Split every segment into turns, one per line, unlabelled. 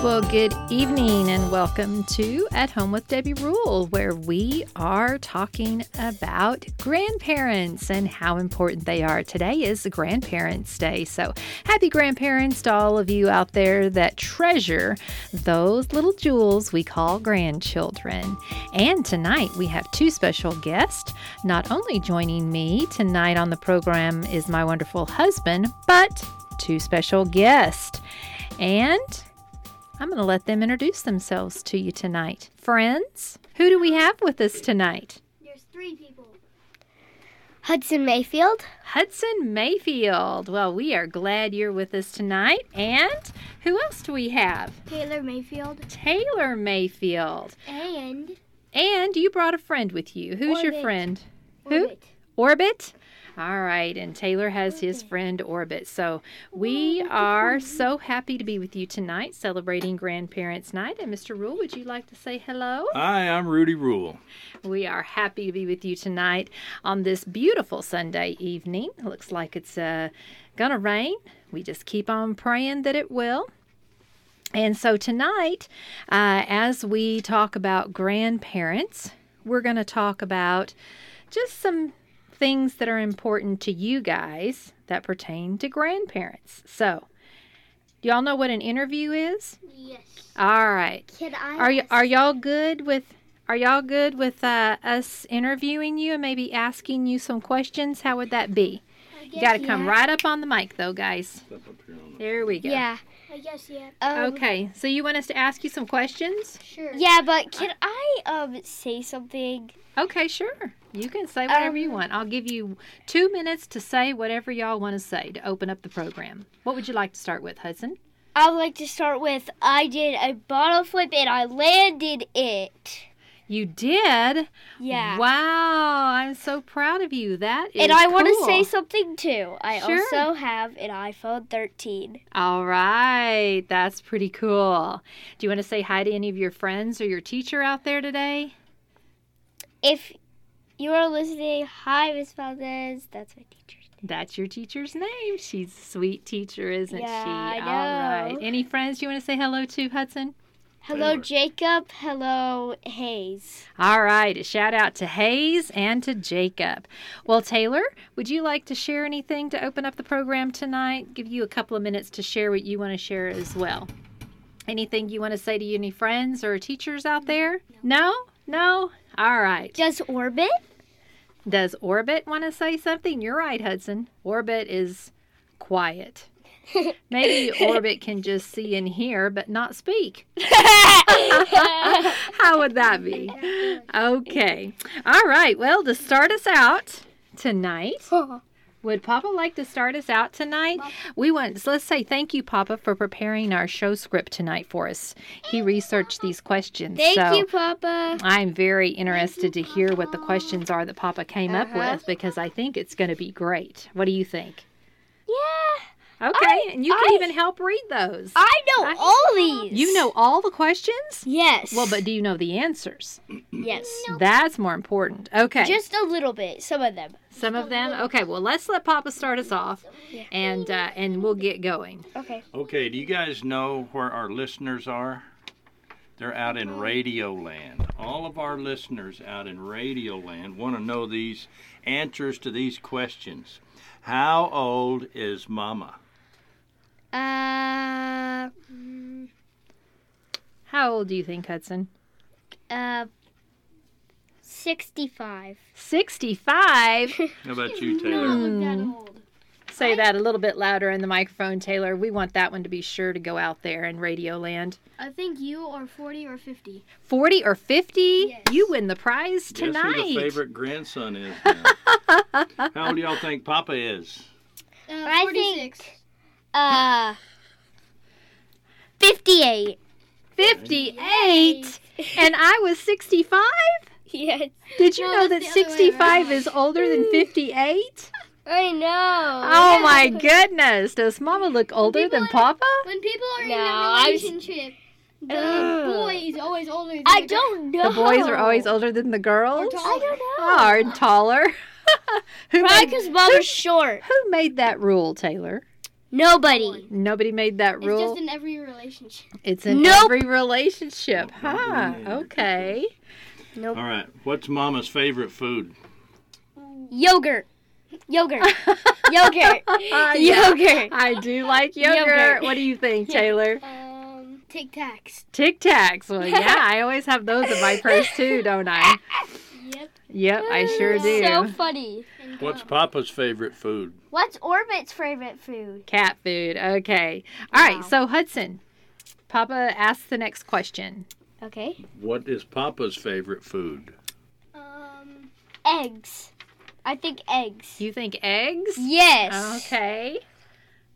Well, good evening and welcome to At Home with Debbie Rule, where we are talking about grandparents and how important they are. Today is the Grandparents' Day. So, happy grandparents to all of you out there that treasure those little jewels we call grandchildren. And tonight we have two special guests. Not only joining me tonight on the program is my wonderful husband, but two special guests. And I'm going to let them introduce themselves to you tonight. Friends, who do we have with us tonight?
There's three people. Hudson Mayfield.
Hudson Mayfield. Well, we are glad you're with us tonight. And who else do we have?
Taylor Mayfield.
Taylor Mayfield.
And
And you brought a friend with you. Who's your
Orbit.
friend? Who?
Orbit.
Orbit. All right, and Taylor has his friend Orbit. So we are so happy to be with you tonight celebrating Grandparents' Night. And Mr. Rule, would you like to say hello?
Hi, I'm Rudy Rule.
We are happy to be with you tonight on this beautiful Sunday evening. Looks like it's uh, going to rain. We just keep on praying that it will. And so tonight, uh, as we talk about grandparents, we're going to talk about just some things that are important to you guys that pertain to grandparents. So, do y'all know what an interview is?
yes.
All right.
Can I?
Are y- are y'all good with are y'all good with uh, us interviewing you and maybe asking you some questions? How would that be? You got to come right up on the mic though, guys. There we go.
Yeah.
I guess yeah.
Um,
Okay. So you want us to ask you some questions?
Sure.
Yeah, but can I um say something?
Okay, sure. You can say whatever you
Um,
want. I'll give you 2 minutes to say whatever y'all want to say to open up the program. What would you like to start with, Hudson?
I would like to start with I did a bottle flip and I landed it.
You did?
Yeah.
Wow, I'm so proud of you. That is
And I want to say
cool.
something too. I
Sure.
also have an iPhone 13.
All right, that's pretty cool. Do you want to say hi to any of your friends or your teacher out there today?
If you are listening, hi Miss Valdez. That's my teacher.
That's your teacher's name. She's a sweet teacher, isn't
Yeah,
she?
I
All right.
know.
Any friends you want to say hello to, Hudson?
Hello Jacob. Hello Hayes.
All right, a shout out to Hayes and to Jacob. Well, Taylor, would you like to share anything to open up the program tonight? Give you a couple of minutes to share what you want to share as well. Anything you want to say to any friends or teachers out there? No? No? All right.
Does Orbit?
Does Orbit want to say something? You're right, Hudson. Orbit is quiet. Maybe Orbit can just see and hear, but not speak. How would that be? Okay. All right. Well, to start us out tonight, would Papa like to start us out tonight? We want so let's say thank you, Papa, for preparing our show script tonight for us. He researched these questions.
Thank
so
you, Papa.
I'm very interested to hear what the questions are that Papa came up
Uh-huh.
with because I think it's going to be great. What do you think?
Yeah.
Okay,
I-
and you can
I-
even help read those.
I know
I-
all these.
you know all the questions?
Yes.
Well, but do you know the answers?
yes.
That's more important. Okay.
Just a little bit, some of them.
some of them. Okay, well, let's let Papa start us off and uh, and we'll get going.
Okay.
Okay, do you guys know where our listeners are? They're out in Radio Land. All of our listeners out in Radio Land want to know these answers to these questions. How old is Mama?
Uh,
mm, How old do you think, Hudson?
uh, 65.
65.
How about you, Taylor?
Hmm. Say that a little bit louder in the microphone, Taylor. We want that one to be sure to go out there in Radio Land.
I think you are 40 or 50.
40 or 50,
Yes.
you win the prize tonight.
Guess who the favorite grandson is now? How old do y'all think Papa is?
Uh,
I think, uh, 50. 58.
58? And I was 65?
Yes.
Did you
No,
know that
that's the other way
65
around.
is older than 58?
I know.
Oh my goodness. Does mama look older than papa?
When people are
No,
in a
I was-
relationship, the
Ugh.
boy is always older than
I
the
don't know.
The boys are always older than the girls? Ah,
I don't know.
Are taller. who,
Probably
made,
because mom was short.
who made that rule, Taylor?
Nobody.
Nobody made that
It's
rule.
just in every relationship.
it's in
Nope.
every relationship.
Nope, nobody
Huh.
made it.
Okay.
All right. What's Mama's favorite food?
Yogurt. Yogurt. Yogurt.
Yeah.
Yogurt.
I do like yogurt.
Yogurt.
What do you think, Taylor?
Um, Tic Tacs.
Tic Tacs. Well, yeah, I always have those in my purse too, don't I?
Yep.
Yep, I sure do.
So funny.
And
What's
gum.
Papa's favorite food?
What's Orbit's favorite food?
Cat food. Okay. All right.
Wow.
So Hudson, Papa asked the next question.
Okay.
What is Papa's favorite food?
Um,
Eggs. I think eggs.
You think eggs? Oh,
Yes.
Okay.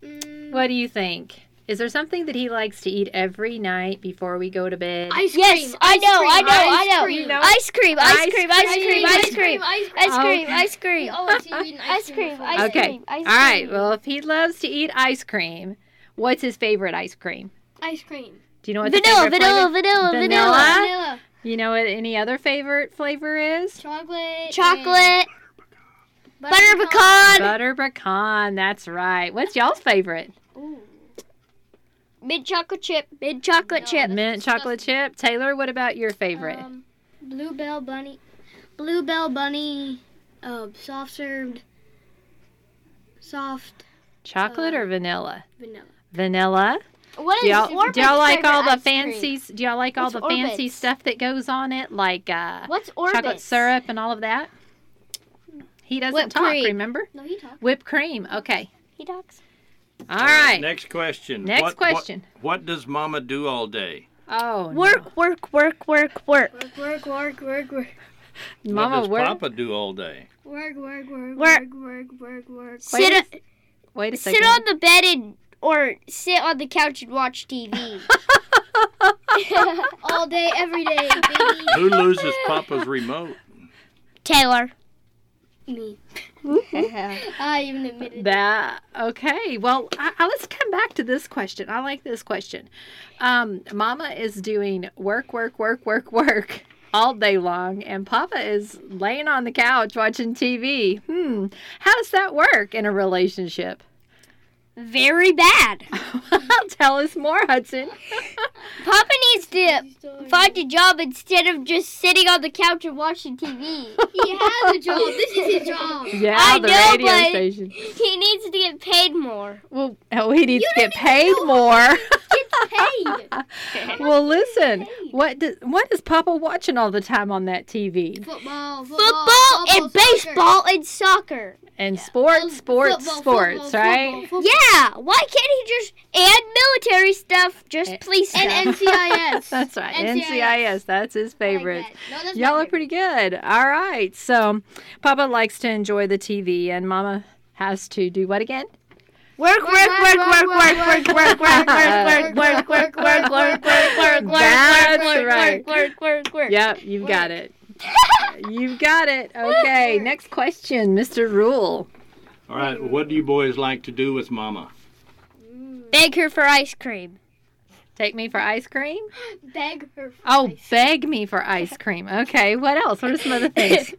mm,
What do you think? Is there something that he likes to eat every night before we go to bed?
ice cream.
Yes, I know, I know, I know.
Ice cream.
No.
Ice cream, ice cream, ice cream, ice cream, ice
Ice cream.
cream,
Okay.
ice
We
cream,
always eat an
ice cream,
before.
ice
Oh. Okay.
cream, ice cream.
All right. Well, if he loves to eat ice cream, what's his favorite ice cream?
Ice cream.
Do you know what
vanilla,
the favorite
vanilla,
flavor?
vanilla,
Vanilla?
vanilla,
Vanilla.
You know what any other favorite flavor is?
Chocolate. and
chocolate, butter pecan,
Butter pecan. That's right. What's y'all's favorite?
Ooh.
mint chocolate chip, mint chocolate
No.
chip,
That's
Mint chocolate chip. Taylor, what about your favorite?
Um, bluebell bunny. Bluebell bunny. Uh, soft served. Soft
Chocolate
uh,
or vanilla?
vanilla.
Vanilla.
What
Do
is
y'all,
Orbit's
do y'all like all
favorite
the
ice cream?
fancy? Do y'all like all
What's
the fancy
Orbit's?
stuff that goes on it, like uh,
What's Orbit's?
chocolate syrup and all of that? He doesn't
Whipped
talk.
cream.
Remember?
No, he talked.
Whipped cream. Okay.
He talks.
All right.
Next question.
Next
What- what-
question.
What, does Mama do all day?
Oh, no.
Work, work, work, work, work,
Work, work, work, work, work,
what
Mama
does
work.
Papa do all day?
work, work, work,
Work.
work, work, work, work.
Wait
Sit,
a- Wait a second.
sit on the bed and or sit on the couch and watch TV.
All day, every day, baby.
Who loses Papa's remote?
Taylor.
Me. I even admitted.
That okay. Well, I, I, let's come back to this question. I like this question. Um, Mama is doing work, work, work, work, work all day long, and Papa is laying on the couch watching TV. Hmm. How does that work in a relationship?
Very bad.
Tell us more, Hudson.
Papa needs to
Story.
find a job instead of just sitting on the couch and watching TV.
He has a job. This is his job.
Yeah,
I
the
know,
radio
but-
station.
he needs to get paid more.
Well, oh, he needs to get paid more.
Paid.
well, listen.
paid.
What does what is Papa watching all the time on that TV?
Football, football,
Football, and
soccer.
baseball and soccer.
And
Um,
sports, sports,
football,
sports,
football,
right?
football,
Yeah, why can't he just and military stuff, just
And-
police stuff?
And NCIS.
That's right. NCIS.
NCIS.
that's his
I like
favorite.
that. No, that's my
Y'all are
favorite.
pretty good. All right. So, Papa likes to enjoy the TV, and Mama has to do what again?
work, work, work, work, work, work, work, work, work, work, work, work, work, work, work, work, work, work,
That's
work,
right.
work, work, work, work.
Yep, you've got it. You've got it. Okay. Next question, Mr. Rule.
All right. What do you boys like to do with Mama?
Beg her for ice cream.
Take me for ice cream?
Beg her.
Oh, beg me for ice cream. Okay. What else? What are some other things?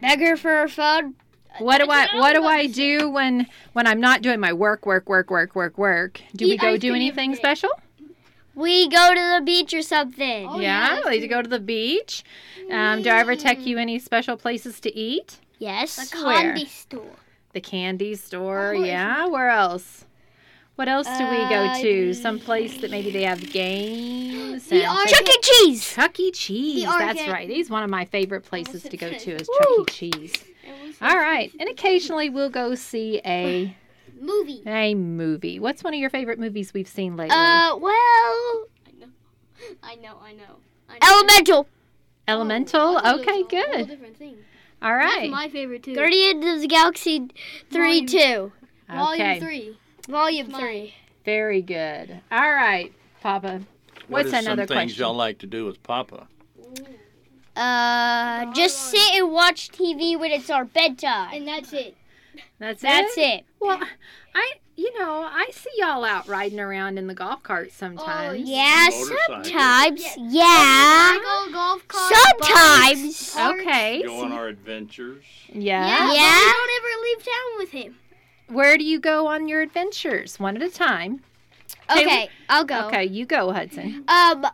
Beg her for her phone.
What do I
That's what I was
what do
about
I
to
do when when I'm not doing my work, work, work, work, work, work? Do we
Eat
go
ice
do
cream every
anything
day.
special?
We go to the beach or something.
Oh,
yeah,
yeah,
I like to go to the beach. Um, do I ever take you any special places to eat?
Mm. Yes.
The
Where?
candy store.
The candy store,
Oh, it's-
yeah. Where else? What else do we go
Uh,
to? Some place that maybe they have games.
The
and-
arc-
Chuck E. Cheese.
Chuck E. Cheese. That's
arcade.
right. He's one of my favorite places
Almost
to go
said
to is Chuck E.
Woo.
Cheese.
It was
All right, and occasionally we'll go see a
movie.
a movie. What's one of your favorite movies we've seen lately?
Uh, well,
I know, I know. I know.
Elemental,
Elemental.
Oh,
Oh, okay,
it's a whole
good.
different thing.
All
That's
right.
my favorite too.
Guardians of the Galaxy 3
Volume-
2,
Volume
okay.
three.
Volume
Mine.
3.
Very good. All right, Papa.
What
What's
is
another
some things
question?
y'all like to do with Papa?
Uh, just sit and watch TV when it's our bedtime.
And that's it.
That's
That's
it?
it.
Well, I you know I see y'all out riding around in the golf cart sometimes.
Oh, Yeah,
Motorcycle.
sometimes.
Yeah.
Yeah.
Cycle, golf cart.
Sometimes.
bike, park.
Okay.
Go on our adventures.
Yeah.
Yeah. but
Yeah.
we don't ever leave town with him.
Where do you go on your adventures? One at a time. Okay.
Okay, I'll go.
Okay, you go, Hudson.
Um,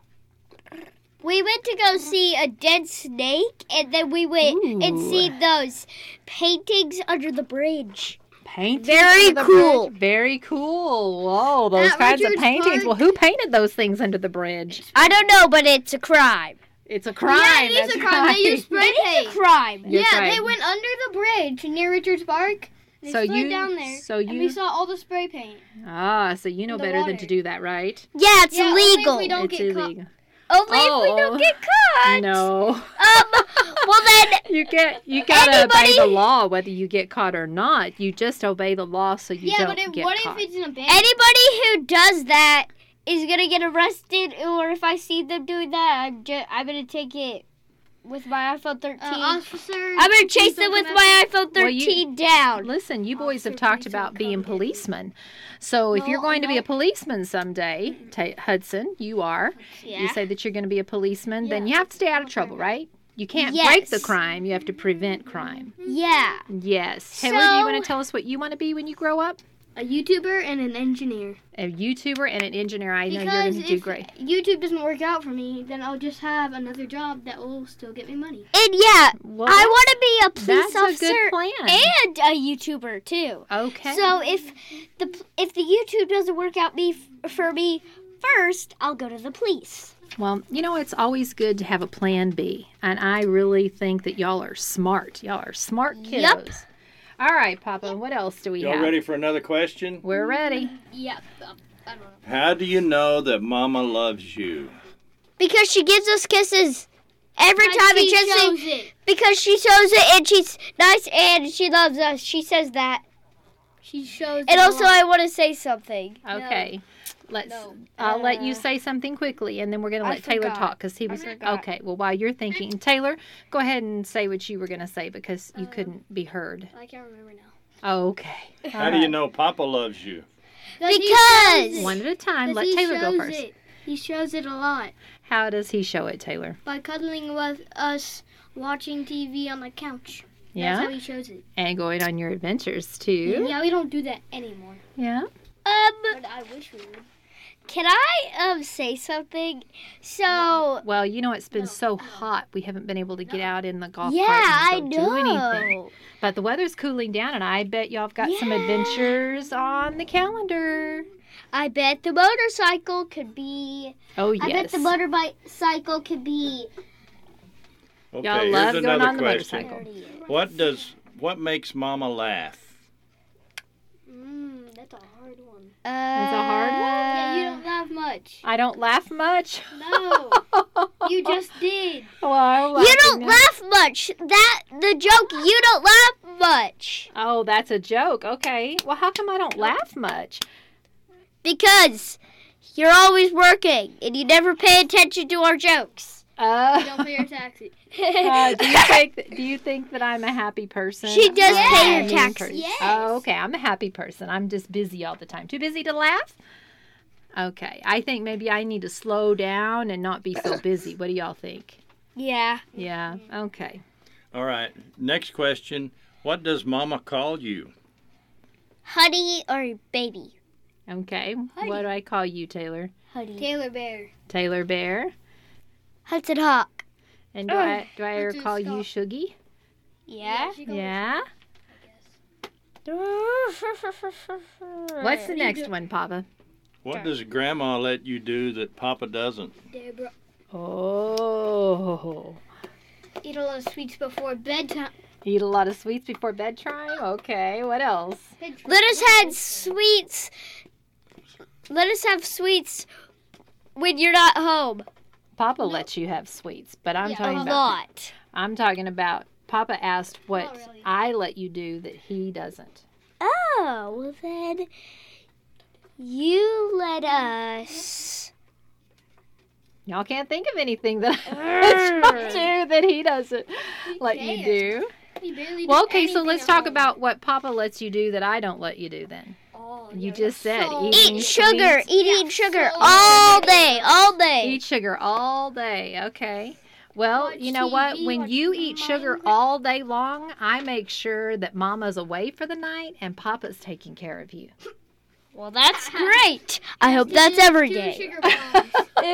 we went to go see a dead snake, and then we went and
Ooh.
see those paintings under the bridge.
Paintings.
Very
under the
cool.
bridge. Very cool. Whoa, those
At
kinds
Richards
of paintings.
Park.
Well, who painted those things under the bridge?
I don't know, but it's a crime.
It's a crime.
yeah, it is
that's
a crime.
right.
They use spray
It
paint.
is a crime.
You're
yeah,
right.
they went under the bridge near Richards Park. They
So
slid
you-
down there,
so
and
you-
we saw all the spray paint.
Ah, so you know
The
better than to
water.
do that, right?
Yeah, it's
Yeah, only if we
illegal.
don't
it's
get caught.
illegal.
Only if
Oh.
we don't get caught.
No.
Um, well then,
You get you gotta obey the
Anybody-
law whether you get caught or not. You just obey the law so you
yeah,
don't
but if,
get
what
caught.
if it's in a bed?
anybody who does that is gonna get arrested, or if I see them doing that, I'm ju- I'm gonna take it with my iPhone 13.
Uh, officer.
I'm gonna chase
please
them
don't
with
come
my iPhone 13
Well, you-
down.
Listen, you boys have
Officer,
talked
please
about
don't
being
come in.
policemen. So if you're
No,
going to be
no.
a policeman someday, ta Hudson, you are.
after-
You
Yeah.
say that you're going to be a policeman, then
Yeah,
you have to stay out of
okay.
trouble, right? You can't break the
Yes.
crime. You have to prevent crime.
Yeah.
Yes. Taylor, do you want
So-
to tell us what you want to be when you grow up?
A YouTuber and an engineer.
A YouTuber and an engineer. I know you're
because
going to do
if
great.
YouTube doesn't work out for me, then I'll just have another job that will still get me money.
And yeah,
Well,
I want to be a
that's
police
a
officer
good plan.
and a YouTuber too.
okay.
So if the p- if the YouTube doesn't work out me f- for me first, I'll go to the police.
Well, you know, it's always good to have a plan B. And I really think that y'all are smart. Y'all are smart kiddos.
Yup.
All right, Papa, what else do we
Y'all
have?
ready for another question?
We're ready.
Yeah. I don't know.
How do you know that Mama loves you?
Because she gives us kisses every time we just
shows
sing-
it.
because she shows it and she's nice and she loves us. She says that.
She shows.
And
it
also,
along.
I want to say something.
Okay. Let's.
No.
I'll let you
Uh,
say something quickly, and then we're going to
I
let Taylor
forgot.
talk because he was
forgot.
okay. Well, while you're thinking, Taylor, go ahead and say what you were going to say because you
Uh,
Um,
couldn't be heard.
I can't remember now.
Okay.
How do you know Papa loves you?
Because
One at a time.
Because
Let
he
Taylor go
shows
first.
It. He shows it a lot
How does he show it, Taylor?
by cuddling with us, watching TV on the couch. That's
Yeah.
how he shows it.
And going on your adventures too.
Yeah, we don't do that anymore.
Yeah.
um,
But I wish we would.
can I um say something? So
Well, you know it's been so hot, we haven't been able to get out in the golf
yeah,
cart
I
and go do anything.
know.
But the weather's cooling down, and I bet y'all have got some
Yeah.
adventures on the calendar.
I bet the motorcycle could be.
Oh
I
yes.
bet the motorcycle could be.
Okay,
Y'all
here's
love going
another
on the
question.
motorcycle.
What does what makes Mama laugh?
Mm, that's a hard one.
Uh,
That's a hard one.
yeah, you don't laugh much.
I don't laugh much. Oh,
No, you just did.
Well, I'm
You don't
laughing now.
laugh much. That the joke. You don't laugh much
Oh, that's a joke. Okay. Well, how come I don't laugh much?
because you're always working and you never pay attention to our jokes.
You don't
Uh,
pay your taxes.
uh, do you think do you think that I'm a happy person?
She does
I'm
pay
a
her
mean
taxes.
person.
Yes.
Oh, okay. I'm a happy person. I'm just busy all the time. Too busy to laugh. Okay. I think maybe I need to slow down and not be so busy. What do y'all think?
yeah.
Yeah. Okay.
All right, next question. What does Mama call you?
Honey or baby.
Okay. What do I call you, Taylor?
Honey.
Taylor Bear.
Taylor Bear.
Hudson Hawk.
And do I do I ever
That's a
call you
skull.
Shuggy?
Yeah.
she called me-
Yeah. What's the next one, Papa?
What does Grandma let you do that Papa doesn't?
Deborah.
Oh.
Eat a lot of sweets before bedtime.
Eat a lot of sweets before bedtime? Okay, what else?
Let us have sweets. Let us have sweets when you're not home.
Papa lets you have sweets, but I'm
Yeah,
talking
A
about
lot.
I'm talking about Papa asked what
really.
I let you do that he doesn't.
Oh, well then You let us.
Y'all can't think of anything that I try to that he doesn't let you
can't.
do.
We barely
Well,
do
okay, so
anything
let's
at
talk
home.
about what Papa lets you do that I don't let you do then.
Oh,
You
yeah,
just said
so-
eating
Eat sugar,
sweets-
eat,
Yeah,
eat sugar
so
all
good.
day, all day.
Eat sugar all day. Okay. Well,
Watch
you know what?
TV,
When
watch
you eat sugar
Minecraft.
all day long, I make sure that Mama's away for the night and Papa's taking care of you.
Well, that's great. I hope that's every
Two
day.
sugar bombs. Wait, I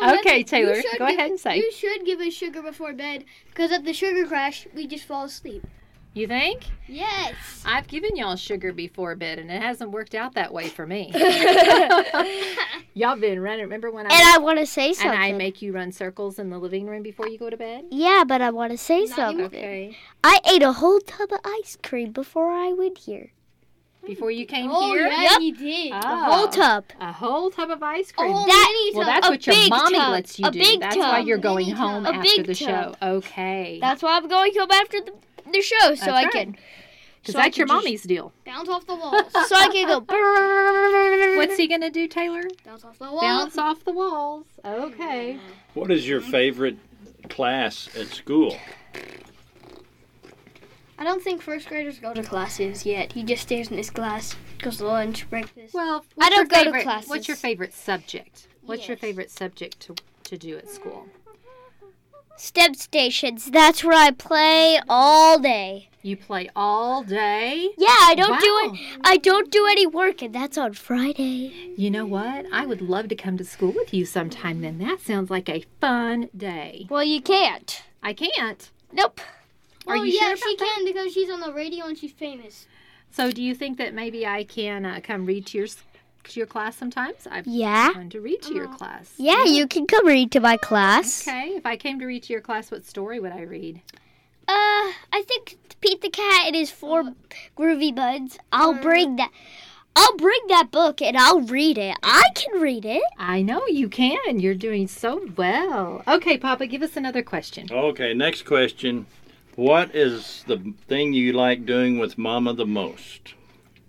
have another-
Okay,
you
Taylor,
should
go
give-
ahead and say.
You should give us sugar before bed because at the sugar crash, we just fall asleep.
you think?
Yes.
I've given y'all sugar before bed and it hasn't worked out that way for me. y'all been running. Remember when I
And I want to say
and I
something.
make you run circles in the living room before you go to bed?
Yeah, but I want to say something.
Okay.
I ate a whole tub of ice cream before I went here.
Before you came
Oh,
here?
yeah,
Yep.
he did.
A whole
Oh,
tub.
A whole tub of ice cream.
Oh,
That-
many
Well,
times.
that's
a
what your
big
mommy
tub,
lets you
a
do.
big
that's
tub,
why you're going
mini tub.
home
A
after
big
the show.
tub.
Okay.
That's why I'm going home after the, the show, so
That's
I
right.
can
'Cause
so I
that's your
could just-
mommy's deal.
Bounce off the walls.
so I can go. brrrr.
What's he going to do, Taylor?
Bounce off the walls.
Bounce off the walls. Okay.
What is
Mm-hmm.
your favorite class at school?
I don't think first graders go to classes yet. He just stays in his class, goes to lunch, breakfast.
Well, what's
don't go
your
to
favorite, What's
classes.
your favorite subject? What's your
Yes.
favorite subject to, to do at school?
Step stations. That's where I play all day.
You play all day.
Yeah, I don't do
Wow.
it. I don't do any work, and that's on Friday.
You know what? I would love to come to school with you sometime then. That sounds like a fun day.
Well, you can't.
I can't.
Nope.
Are
oh,
you
yeah,
sure
she
about that?
can because she's on the radio and she's famous.
So, do you think that maybe I can uh, come read to your s- to your class sometimes? I've
Yeah.
fun to read to your class.
Yeah, you can come read to my class.
Okay. If I came to read to your class, what story would I read?
Uh, I think Pete the Cat and his four
Uh-huh.
groovy buds. I'll bring that. I'll bring that book and I'll read it. I can read it.
I know you can. You're doing so well. Okay, Papa, give us another question.
Okay, next question. What is the thing you like doing with Mama the most?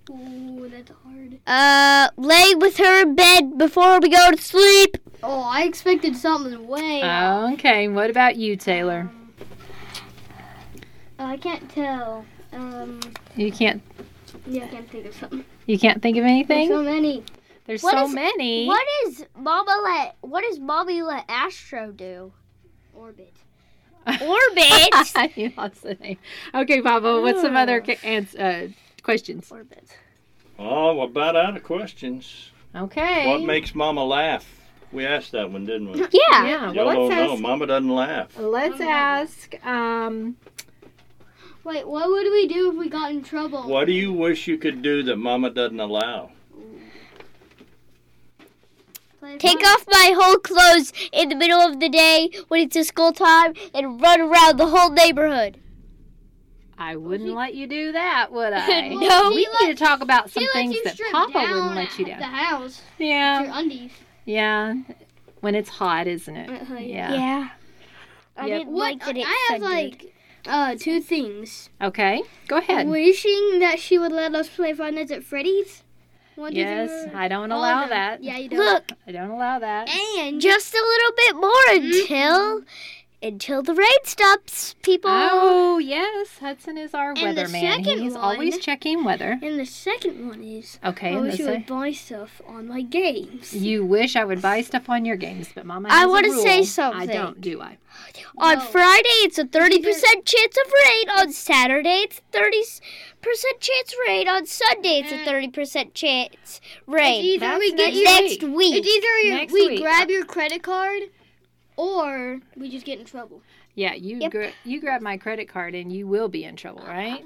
Ooh, that's hard.
Uh, laying with her in bed before we go to sleep.
Oh, I expected something way.
Uh, Okay. What about you, Taylor?
Oh, I can't tell. Um,
You can't.
yeah, I can't think of something.
You can't think of anything.
There's so many.
There's
What
so
is-
many.
What is Mama let? What does Mommy let Astro do?
Orbit.
Orbit.
you lost the name. Okay, Papa. What's some other ca- ans- uh, questions?
Orbit.
Oh, we're about out of questions.
Okay.
What makes Mama laugh? We asked that one, didn't we?
yeah.
yeah.
Y'all
Well,
don't
let's
know.
ask.
Mama doesn't laugh.
Oh,
Let's ask. Um,
Wait, what would we do if we got in trouble?
What do you wish you could do that Mama doesn't allow?
Play
Take
fun.
off my whole clothes in the middle of the day when it's a school time and run around the whole neighborhood.
I wouldn't let you do that, would I?
No.
we
She
need to talk about some
She lets
things
you
that
strip
Papa
down
wouldn't let you
at
do.
The house. with Your
Yeah,
undies.
yeah. When it's hot, isn't it?
Uh-huh,
Uh, Yeah.
I
Yep.
didn't
What-
like that it
I have
thundered.
like uh two things.
Okay, go ahead.
Wishing that she would let us play Five Nights at Freddy's. One, two,
Yes,
three.
I don't
All of
allow
them.
that.
Yeah, you don't.
Look,
I don't allow that.
and Mm-hmm.
just a little bit more until until the rain stops, people.
Oh yes, Hudson is our
And the
weatherman.
second
He's always
one-
checking weather.
and the second one is
Okay,
I
and
wish
that's
you
a,
would buy stuff on my games.
you wish I would buy stuff on your games, but Mama.
I
has a
wanna say
rule.
something.
I don't, do I?
On
No.
Friday, it's a 30% chance of rain. On Saturday, it's 30% chance rain. On Sunday, it's a
Mm.
30% chance rain.
It's
That's
either we get
next
you
Next
week.
week.
It's either you-
Next
we
week.
grab your credit card or we just get in trouble.
Yeah, you
Yep.
gra- you grab my credit card and you will be in trouble,
Uh,
right?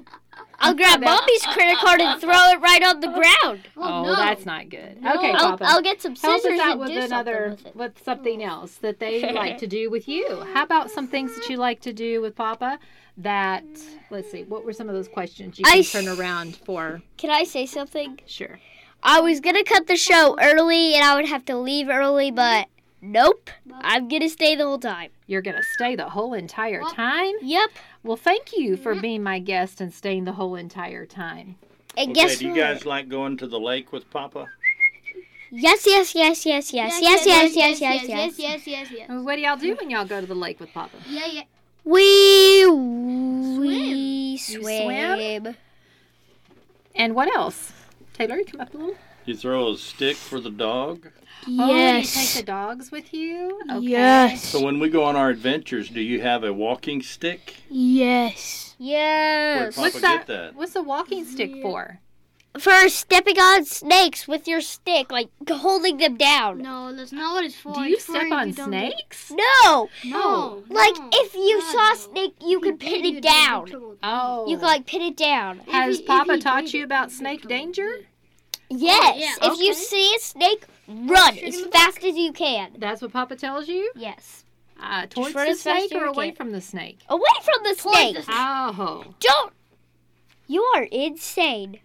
I'll grab mommy's credit card and throw it right on the ground.
Oh,
no.
that's not good. Okay,
I'll,
Papa.
I'll get some
Help
scissors
us out
and
with
do
another
something with it.
with something else that they like to do with you. How about some things that you like to do with Papa? That let's see, what were some of those questions you
I
can
s-
turn around for?
Can I say something?
Sure.
I was gonna cut the show early and I would have to leave early, but nope. I'm gonna stay the whole time.
You're gonna stay the whole entire time.
Yep.
Well, thank you for being my guest and staying the whole entire time.
And
Okay,
guess
do you
what?
guys like going to the lake with Papa?
Yes, yes, yes, yes, yes, yes, yes, yes, yes, yes.
yes, yes, yes.
What do y'all do when y'all go to the lake with Papa?
Yeah, yeah.
We we
swim.
swim.
You And what else? Taylor, you come up a little.
You throw a stick for the dog?
Oh, you take the
Yes.
dogs with you.
So
Yes.
when we go on our adventures, do you have a walking stick?
Yes.
Yes.
Where'd
What's
Papa
that?
get that?
What's the walking stick for?
For stepping on snakes with your stick, like holding them down.
No, that's not what it's for.
Do you
It's for
step
if
on
you don't-
snakes? Oh,
No.
No.
Like
no.
if you
God,
saw
no.
a snake, you could pin
You'd
it
be in
down.
trouble.
Oh.
You could like pin it down.
Has
If he- if
Papa
he
taught
did
you
it,
about
he'd be
snake
trouble.
danger?
Yes.
yeah,
If you
okay.
see a snake, run
Shoot him
as
in the
fast as you can.
That's what Papa tells you.
Yes.
Uh, towards
run
the
as fast
snake
as
or
you
away
can.
from the snake?
Away from the snake.
the snake.
Oh.
Don't. You are insane.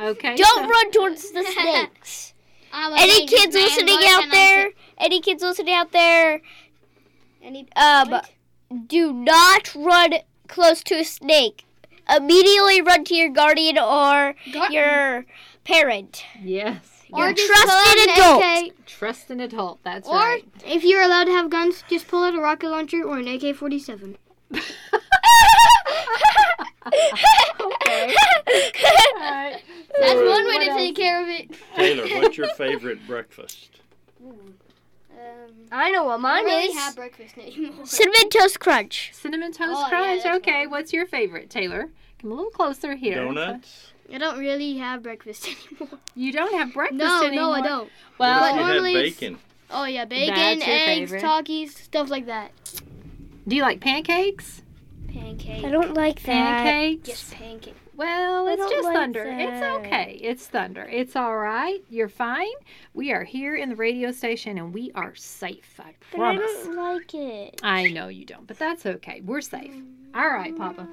Okay.
Don't
so-
run towards the snakes.
I'm a
Any
dangerous
kids
man,
listening
why
out
can't I
there?
sit-
Any kids listening out there?
Any
Um, do not run close to a snake. Immediately run to your guardian or
Gar-
your parent.
Yes.
Or
You're
just
pull out
trusted
an
adult.
AK,
trust an adult. That's
Or
right.
if you're allowed to have guns, just pull out a rocket launcher or an AK-47.
Okay. All right.
That's
Or-
one way
What
to
else?
take care of it.
Taylor, what's your favorite breakfast?
Um,
I know what
I
mine
really have breakfast anymore.
Cinnamon Toast Crunch.
Cinnamon toast
Oh, yeah,
crunch.
that's
okay. What's your favorite, Taylor? Come a little closer here.
Donuts?
I don't really have breakfast anymore.
You don't have breakfast
No,
anymore.
no, I don't.
What
Well,
if you had
normally it's-
bacon?
Oh yeah, bacon,
That's your
eggs,
favorite.
talkies, stuff like that.
do you like pancakes?
Pancake.
I don't like that.
Pancakes.
Just pancake.
Well,
I
it's
don't
just
like
thunder.
that.
It's okay. It's thunder. It's all right. You're fine. We are here in the radio station and we are safe. I
But I
promise.
don't like it.
I know you don't, but that's okay. We're safe. All right, Papa.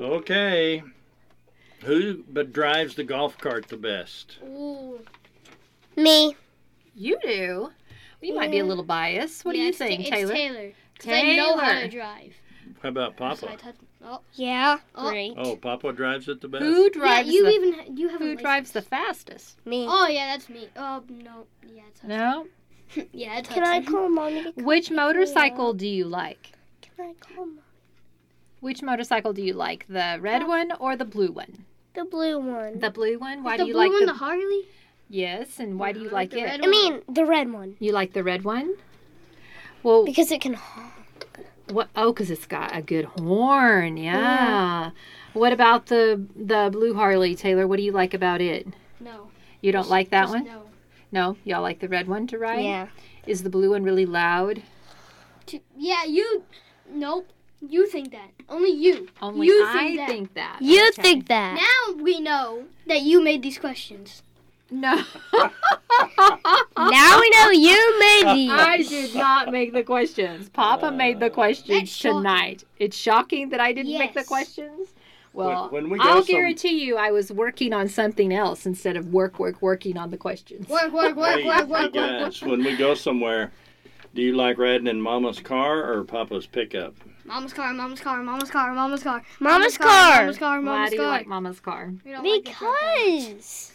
Okay. Who but drives the golf cart the best?
Ooh.
Me.
You do. You might be a little biased. What do you think, Taylor?
It's Taylor. 'Cause I know how to
Taylor.
drive.
How about
So I
Papa?
touch. Oh.
Yeah.
Oh.
Great.
Oh, Papa drives it the best?
Who
Yeah,
drives
you
the
even ha- you have a
who
license.
drives the fastest?
Me.
Oh yeah, that's me. Oh no. Yeah, it's Hudson.
No.
Yeah, it's
Can I
Hudson.
call mommy? To
Which motorcycle do you like?
Can I call Mommy?
Which motorcycle do you like? The
Uh,
red one or the blue one?
the blue one?
The blue one. Why
the
do you
blue
like
one,
the
the Harley?
Yes, and why do you
I
like
the
it?
red
I mean the red one
You like the red one? Well,
because it can. honk.
what? Oh, because it's got a good horn. Yeah. What about the the blue Harley, Taylor? What do you like about it?
No.
You don't like that
Just
one?
No.
No, y'all like the red one to ride. Is the blue one really loud?
To- yeah, you. Nope. You think that. Only you.
Only
You
I
think
think that.
that.
You
Okay.
think that?
Now we know that you made these questions.
No.
now we know you made these.
Uh, I did not make the questions.
Uh,
Papa made the questions
That's shocking.
tonight. It's shocking that I didn't make the
Yes.
questions. Well,
When- when we go
I'll
some-
guarantee you I was working on something else instead of work, work, working on the questions.
Work, work, work,
Hey,
work,
hey
work, work, work.
guys, when we go somewhere, do you like riding in Mama's car or Papa's pickup?
Mama's car, mama's car, mama's car, mama's car.
Mama's
Mama's car,
Why
mama's
do you
car.
like Mama's car?
We don't like it.
Because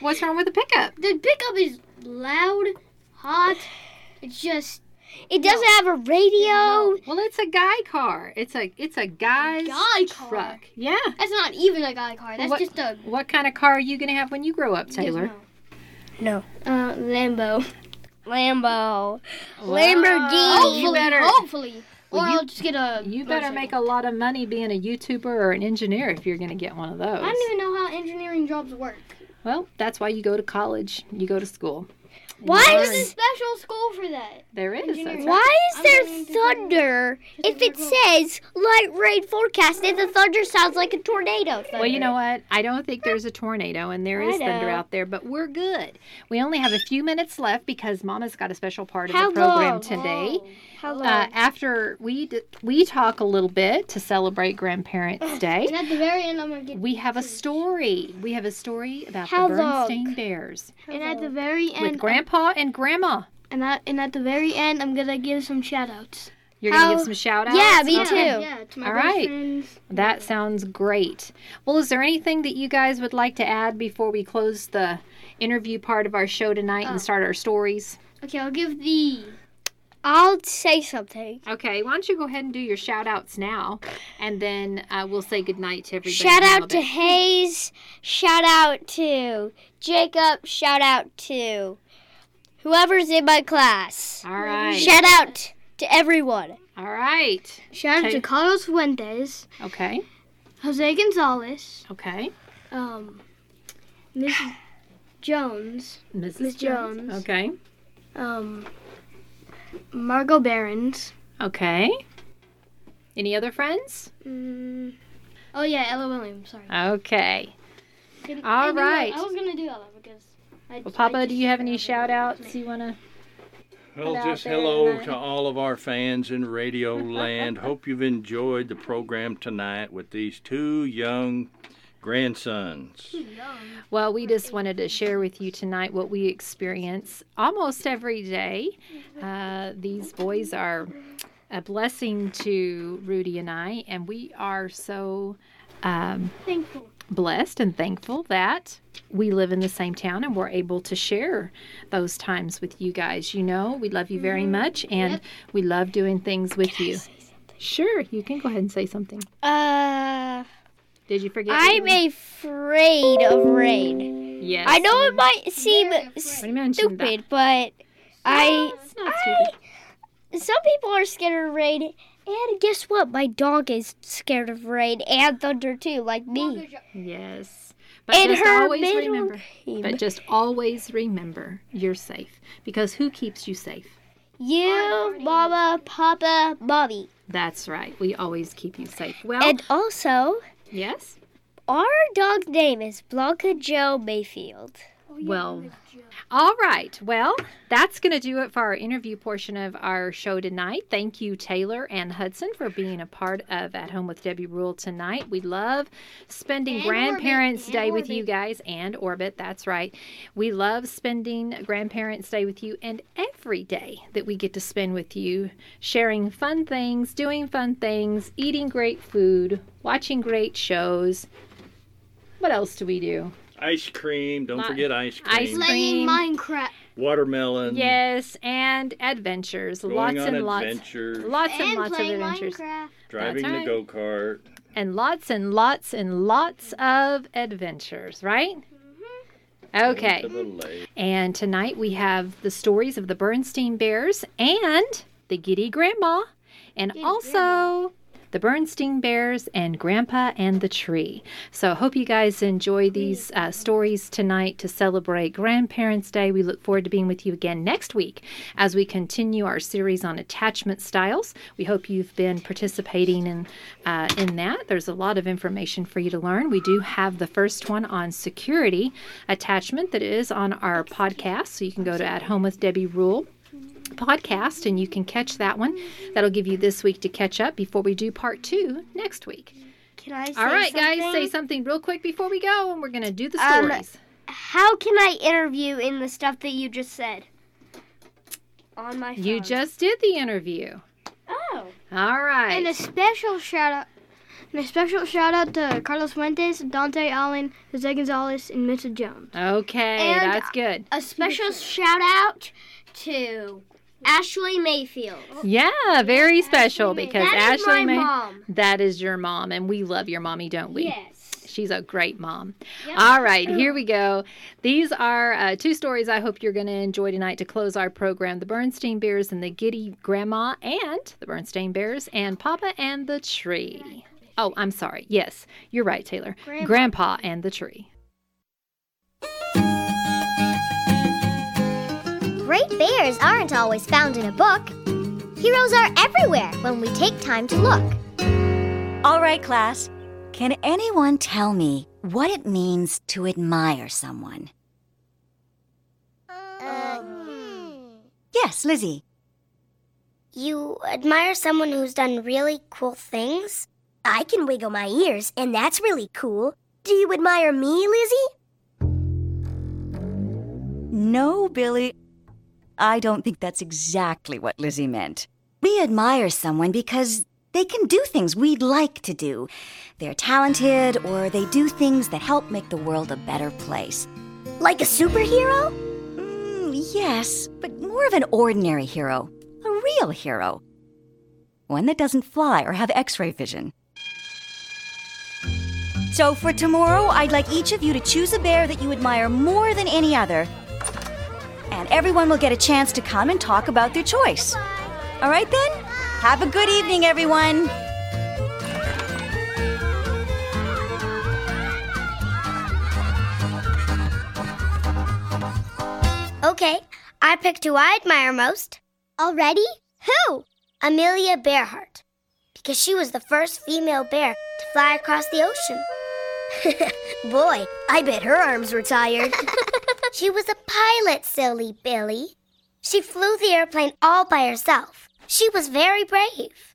What's wrong with the pickup?
the pickup is loud, hot. It's just
it doesn't have a radio.
Well, it's a guy car. It's a it's a guy's
guy car.
truck. Yeah.
That's not even a guy car. That's
What-
just a
What kind of car are you gonna have when you grow up, Taylor?
No.
Uh, Lambo.
Lambo.
Wow.
Lamborghini.
You
Hopefully,
better-
hopefully.
Well,
or
you-
I'll just get a.
You better
motorcycle.
make a lot of money being a YouTuber or an engineer if you're gonna get one of those.
I don't even know how engineering jobs work.
Well, that's why you go to college. You go to school.
Why
You
is
learn.
There's a special school for that.
There is.
Engineering.
That's right.
Why is
I'm
there
going to
thunder if it says light rain forecast and the thunder sounds like a tornado?
Well, you know what? I don't think there's a tornado and there is
I
thunder
know.
out there, but we're good. We only have a few minutes left because Mama's got a special part of
How
the program
long?
today.
How
Uh, after we d- we talk a little bit to celebrate Grandparents' Day.
And at the very end, I'm gonna get.
We have a story. We have a story about
How
the
long?
Bernstein Bears
and at the very
with
end,
Grandpa and Grandma.
and at, and at the very end, I'm gonna give some shout outs.
You're going to give
How-
some shout outs?
Yeah, me too.
Yeah, to my
All
best
right.
friends.
That sounds great. Well, is there anything that you guys would like to add before we close the interview part of our show tonight
Uh,
Oh.
and start our stories?
Okay, I'll give the
I'll say something.
Okay, why don't you go ahead and do your shout outs now, and then uh, we'll say goodnight to everybody.
Shout
in a
out to
little bit.
Hayes. Shout out to Jacob. Shout out to whoever's in my class.
All right.
Shout out to everyone.
All right.
shout out
Okay.
to Carlos Fuentes,
Okay.
Jose Gonzalez,
Okay.
um, Miss Jones,
Mrs.
Miss Jones.
Okay.
um, Margot Barons.
Okay. Any other friends?
Mm. Oh yeah, Ella Williams. Sorry.
Okay.
Didn't-
All
I knew-
right.
I was gonna do Ella because. I,
Well,
I
Papa,
just
do you have any
remembered
shout
it
outs
was me.
you want to?
Well,
out
just
there
hello
tonight.
to all of our fans in Radio Land. Hope you've enjoyed the program tonight with these two young grandsons.
Well, we just wanted to share with you tonight what we experience almost every day. Uh, these boys are a blessing to Rudy and I, and we are so um,
Thankful.
blessed and thankful that we live in the same town and we're able to share those times with you guys. You know, we love you very much, and we love doing things with you. Sure, you can go ahead and say something.
Uh,
Did you forget?
I'm
Whitney?
afraid of rain.
yes.
I know it might seem
Very afraid.
s-
We mentioned that.
stupid, but I
It's not stupid.
some people are scared of rain. And guess what? My dog is scared of rain and thunder too, like me.
Yes. But
And
just
her
always
middle
remember.
name.
But just always remember you're safe because who keeps you safe?
You, Mama, Papa, Mommy.
That's right. We always keep you safe. Well,
And also,
yes.
our dog's name is Blanca Joe Mayfield.
Well, all right. Well, that's going to do it for our interview portion of our show tonight. Thank you, Taylor and Hudson, for being a part of At Home with Debbie Rule tonight. We love spending
And
Grandparents'
Orbit,
Day
and
with you guys and Orbit. That's right. We love spending Grandparents' Day with you and every day that we get to spend with you, sharing fun things, doing fun things, eating great food, watching great shows. What else do we do?
Ice cream. Don't
Lot-
forget ice
ice
cream.
cream.
Playing Minecraft.
Watermelon.
Yes, and adventures.
Going
lots
on
and
adventures.
lots. Lots and,
and
lots of
playing
adventures.
Minecraft.
Driving
That's right.
the go kart.
And lots and lots and lots of adventures, right?
Mm-hmm.
Okay.
To the lake.
And tonight we have the stories of the Bernstein Bears and the Giddy Grandma, and also the Bernstein Bears and Grandpa and the Tree. So, hope you guys enjoy these uh, stories tonight to celebrate Grandparents' Day. We look forward to being with you again next week as we continue our series on attachment styles. We hope you've been participating in uh, in that. There's a lot of information for you to learn. We do have the first one on security attachment that is on our podcast, so you can go to At Home with Debbie Rule podcast and you can catch that one. That'll give you this week to catch up before we do part two next week.
Can I say
All right, guys, say something real quick before we go, and we're going to do the
Um,
stories.
How can I interview in the stuff that you just said? On my phone.
you just did the interview.
Oh.
All right.
And a special shout out. And a special shout out to Carlos Fuentes, Dante Allen, Jose Gonzalez, and Mrs. Jones.
okay,
and,
that's good.
A special shout out to Ashley Mayfield.
Yeah, very special because
That is
Ashley
my
May-
mom.
That is your mom, and we love your mommy, don't we?
Yes.
She's a great mom. All right, here we go. These are uh, two stories I hope you're going to enjoy tonight to close our program The Bernstein Bears and the Giddy Grandma, and the Bernstein Bears and Papa and the Tree. Oh, I'm sorry. Yes, you're right, Taylor. Grandpa, and the Tree.
Great bears aren't always found in a book. Heroes are everywhere when we take time to look.
All right, class. Can anyone tell me what it means to admire someone? Yes, Lizzie.
You admire someone who's done really cool things? I can wiggle my ears, and that's really cool. Do you admire me, Lizzie?
No, Billy. I don't think that's exactly what Lizzie meant. We admire someone because they can do things we'd like to do. They're talented or they do things that help make the world a better place.
Like a superhero?
Mm, yes, but more of an ordinary hero, a real hero. One that doesn't fly or have x ray vision. So for tomorrow, I'd like each of you to choose a bear that you admire more than any other. And everyone will get a chance to come and talk about their choice. All right then? Have a good evening, everyone.
Okay, I picked who I admire most. Already? Who? Amelia Bearhart. Because she was the first female bear to fly across the ocean. Boy, I bet her arms were tired. she was a pilot, silly Billy. She flew the airplane all by herself. She was very brave.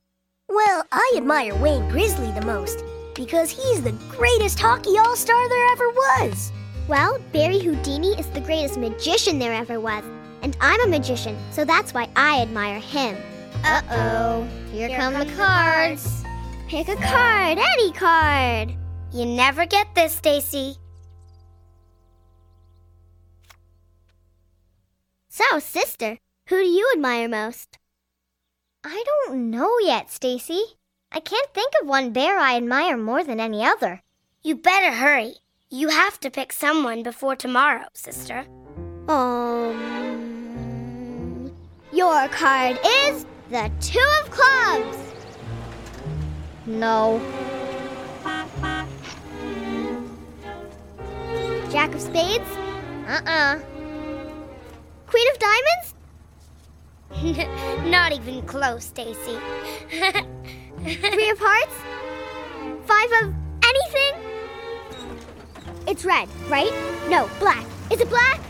Well, I admire Wayne Grizzly the most because he's the greatest hockey all star there ever was.
Well, Barry Houdini is the greatest magician there ever was, and I'm a magician, so that's why I admire him.
Uh oh.
Here, come, the cards. Pick a card, any card.
You never get this, Stacy.
So, sister, who do you admire most? I don't know yet, Stacy. I can't think of one bear I admire more than any other.
You better hurry. You have to pick someone before tomorrow, sister.
Um. Your card is the Two of Clubs! No. Jack of Spades? Uh uh Queen of Diamonds?
Not even close, Stacy.
Three of Hearts? Five of anything? It's red, right? No, black. Is it black?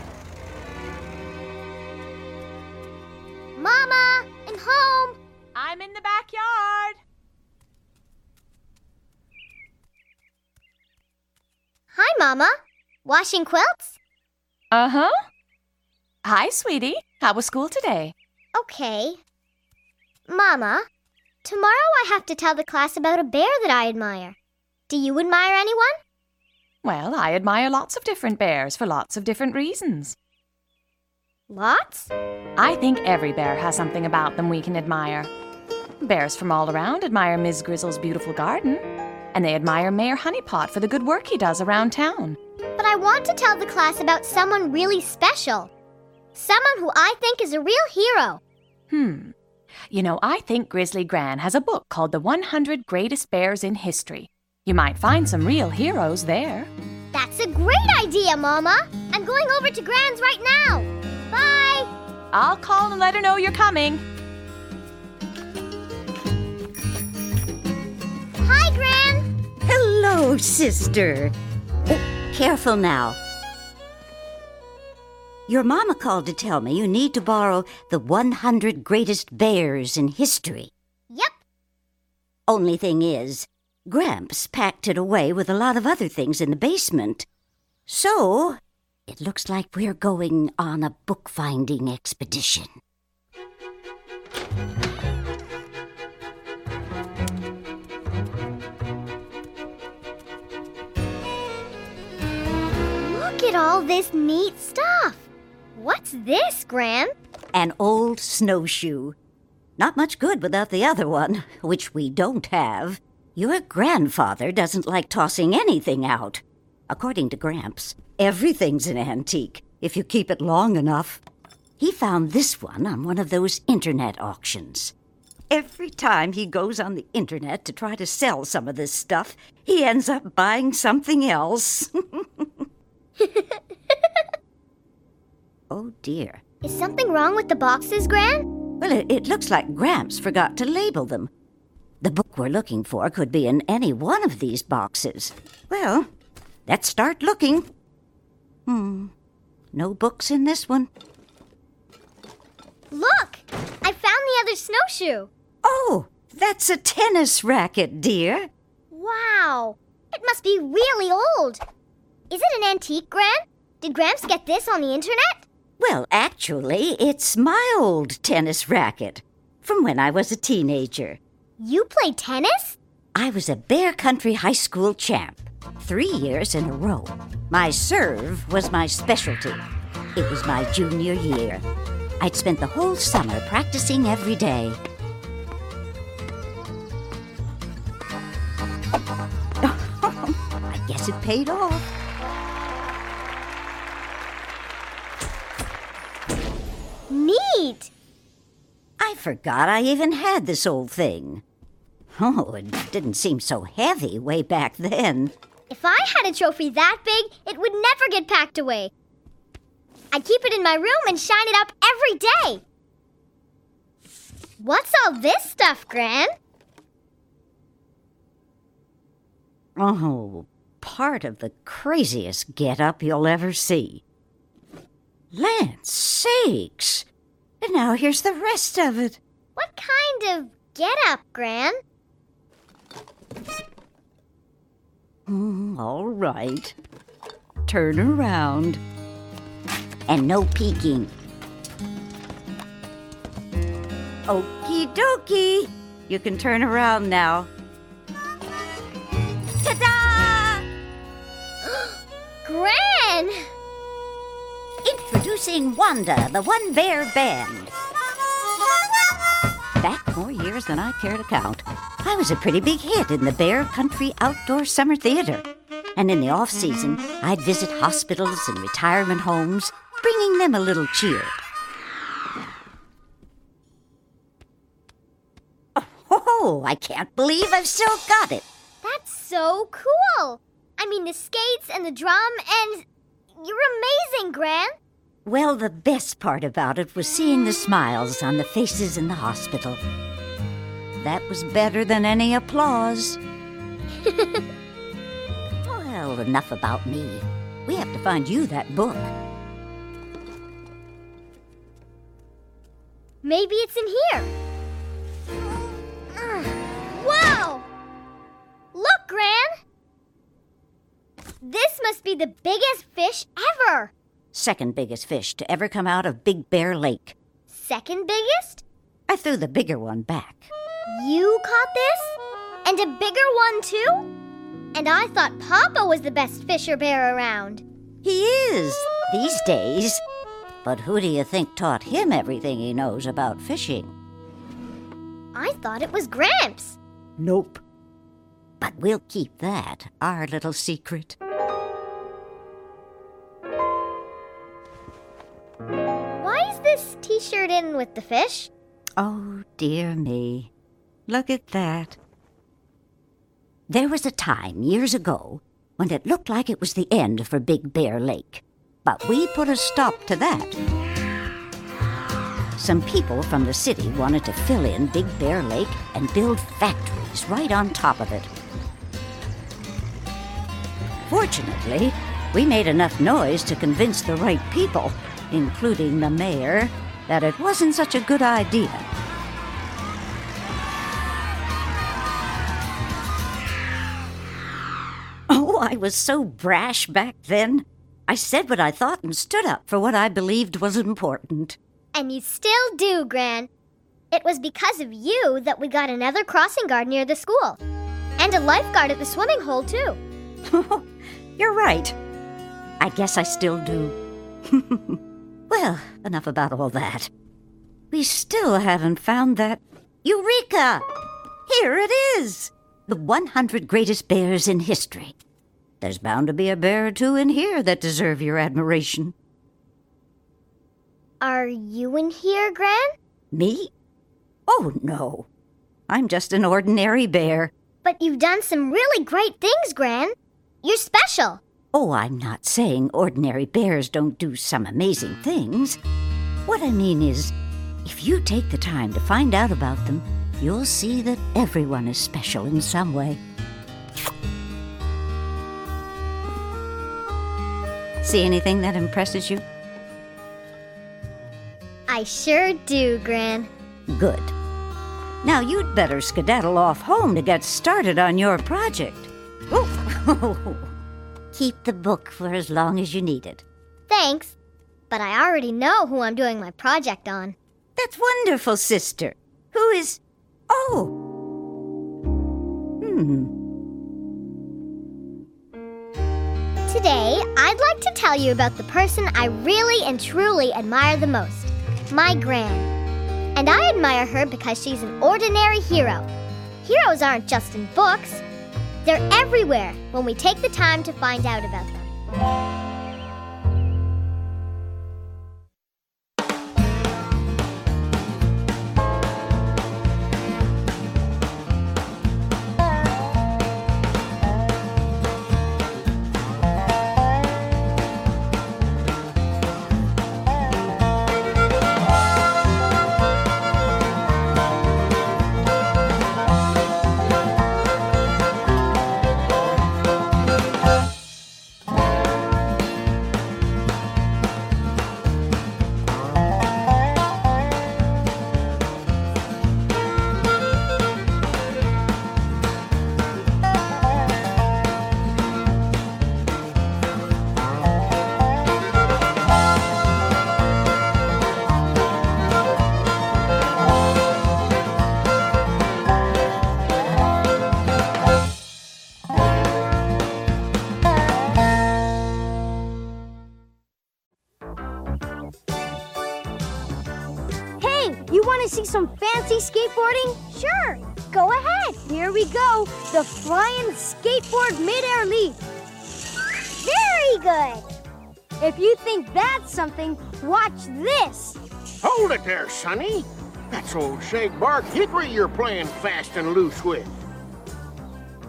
Mama, I'm home.
I'm in the backyard.
Hi, Mama. Washing quilts?
Uh huh. Hi, sweetie. How was school today?
Okay. Mama, tomorrow I have to tell the class about a bear that I admire. Do you admire anyone?
Well, I admire lots of different bears for lots of different reasons.
Lots?
I think every bear has something about them we can admire. Bears from all around admire Ms. Grizzle's beautiful garden, and they admire Mayor Honeypot for the good work he does around town.
But I want to tell the class about someone really special. Someone who I think is a real hero.
Hmm. You know, I think Grizzly Gran has a book called The 100 Greatest Bears in History. You might find some real heroes there.
That's a great idea, Mama. I'm going over to Gran's right now. Bye.
I'll call and let her know you're coming.
Hi, Gran.
Hello, sister. Oh, careful now. Your mama called to tell me you need to borrow the 100 greatest bears in history.
Yep.
Only thing is, Gramps packed it away with a lot of other things in the basement. So, it looks like we're going on a book finding expedition.
Look at all this neat stuff. What's this, Gran?
An old snowshoe. Not much good without the other one, which we don't have. Your grandfather doesn't like tossing anything out. According to Gramps, everything's an antique if you keep it long enough. He found this one on one of those internet auctions. Every time he goes on the internet to try to sell some of this stuff, he ends up buying something else. oh dear.
Is something wrong with the boxes, Gran?
Well, it, it looks like Gramps forgot to label them. The book we're looking for could be in any one of these boxes. Well, let's start looking. Hmm, no books in this one.
Look, I found the other snowshoe.
Oh, that's a tennis racket, dear.
Wow, it must be really old. Is it an antique, Gran? Did Gramps get this on the internet?
Well, actually, it's my old tennis racket from when I was a teenager.
You play tennis?
I was a Bear Country High School champ three years in a row. My serve was my specialty. It was my junior year. I'd spent the whole summer practicing every day. I guess it paid off.
Neat.
I forgot I even had this old thing. Oh, it didn't seem so heavy way back then.
If I had a trophy that big, it would never get packed away. I'd keep it in my room and shine it up every day. What's all this stuff, Gran?
Oh, part of the craziest getup you'll ever see. Land sakes! And now here's the rest of it.
What kind of get up, Gran?
Mm, all right. Turn around. And no peeking. Okie dokie. You can turn around now. Ta da!
Gran!
Introducing Wanda, the One Bear Band. Back more years than I care to count. I was a pretty big hit in the Bear Country Outdoor Summer Theater. And in the off season, I'd visit hospitals and retirement homes, bringing them a little cheer. Oh, I can't believe I've still got it.
That's so cool! I mean, the skates and the drum and. You're amazing, Gran!
Well, the best part about it was seeing the smiles on the faces in the hospital. That was better than any applause. well, enough about me. We have to find you that book.
Maybe it's in here. Ugh. Whoa! Look, Gran! This must be the biggest fish ever!
Second biggest fish to ever come out of Big Bear Lake.
Second biggest?
I threw the bigger one back.
You caught this? And a bigger one, too? And I thought Papa was the best fisher bear around.
He is, these days. But who do you think taught him everything he knows about fishing?
I thought it was Gramps.
Nope. But we'll keep that our little secret.
Why is this t shirt in with the fish?
Oh, dear me. Look at that. There was a time years ago when it looked like it was the end for Big Bear Lake, but we put a stop to that. Some people from the city wanted to fill in Big Bear Lake and build factories right on top of it. Fortunately, we made enough noise to convince the right people, including the mayor, that it wasn't such a good idea. Oh, I was so brash back then. I said what I thought and stood up for what I believed was important.
And you still do, Gran. It was because of you that we got another crossing guard near the school. And a lifeguard at the swimming hole, too.
You're right. I guess I still do. well, enough about all that. We still haven't found that. Eureka! Here it is! The 100 greatest bears in history. There's bound to be a bear or two in here that deserve your admiration.
Are you in here, Gran?
Me? Oh, no. I'm just an ordinary bear.
But you've done some really great things, Gran. You're special.
Oh, I'm not saying ordinary bears don't do some amazing things. What I mean is, if you take the time to find out about them, you'll see that everyone is special in some way. See anything that impresses you?
I sure do, Gran.
Good. Now you'd better skedaddle off home to get started on your project. Ooh. Keep the book for as long as you need it.
Thanks. But I already know who I'm doing my project on.
That's wonderful, sister. Who is. Oh! Hmm.
Today, I'd like to tell you about the person I really and truly admire the most my Gran. And I admire her because she's an ordinary hero. Heroes aren't just in books, they're everywhere when we take the time to find out about them.
Hey, you want to see some fancy skateboarding? Sure, go ahead. Here we go. The flying skateboard midair leap. Very good. If you think that's something, watch this.
Hold it there, Sonny. That's old Shag Bark Hickory you're playing fast and loose with.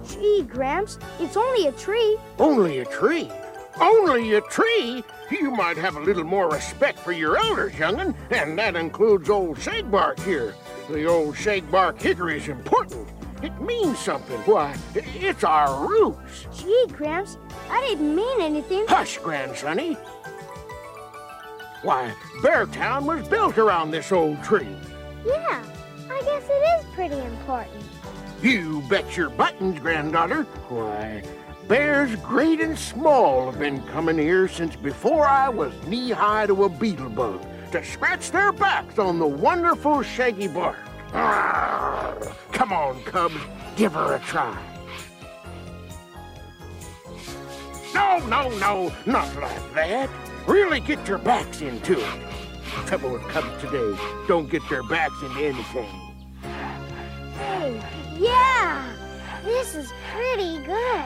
Gee, Gramps, it's only a tree.
Only a tree. Only a tree? You might have a little more respect for your elders, young'un, and that includes old Shag Bark here. The old Shag Bark Hickory's important. It means something. Why, i- it's our roots.
Gee, Gramps, I didn't mean anything.
Hush, grandsonny. Why, Beartown was built around this old tree.
Yeah, I guess it is pretty important.
You bet your buttons, granddaughter. Why, bears great and small have been coming here since before I was knee high to a beetle bug to scratch their backs on the wonderful shaggy bark. Arrgh! Come on, cubs, give her a try. No, no, no, not like that. Really get your backs into it. Trouble with cubs today, don't get their backs into anything.
Hey, yeah, this is pretty good.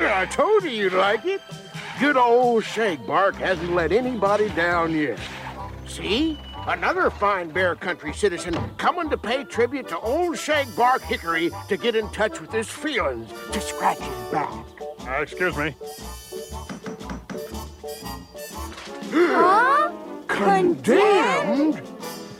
I told you you'd like it. Good old Shake Bark hasn't let anybody down yet. See? Another fine Bear Country citizen coming to pay tribute to old Shag Bark Hickory to get in touch with his feelings, to scratch his back.
Uh, excuse me.
Huh?
Condemned?